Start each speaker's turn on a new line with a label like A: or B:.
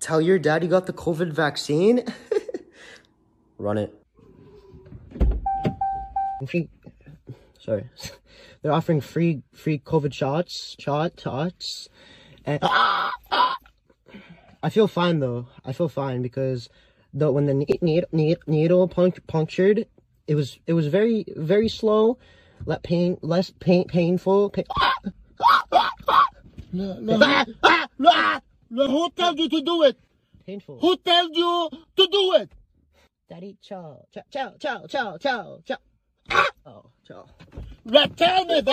A: Tell your dad you got the COVID vaccine. Run it. I think- Sorry. They're offering free free COVID shots, shot shots. And I feel fine though. I feel fine because the when the needle needle, needle punct, punctured, it was it was very very slow, let pain less pain painful. Pain,
B: No, no, who- no, no, ah. who tells you to do it?
A: painful.
B: Who tells you to do it?
A: Daddy, ciao, ciao, ciao, ciao, ciao, ciao, ciao. Oh, ciao.
B: Now tell me that.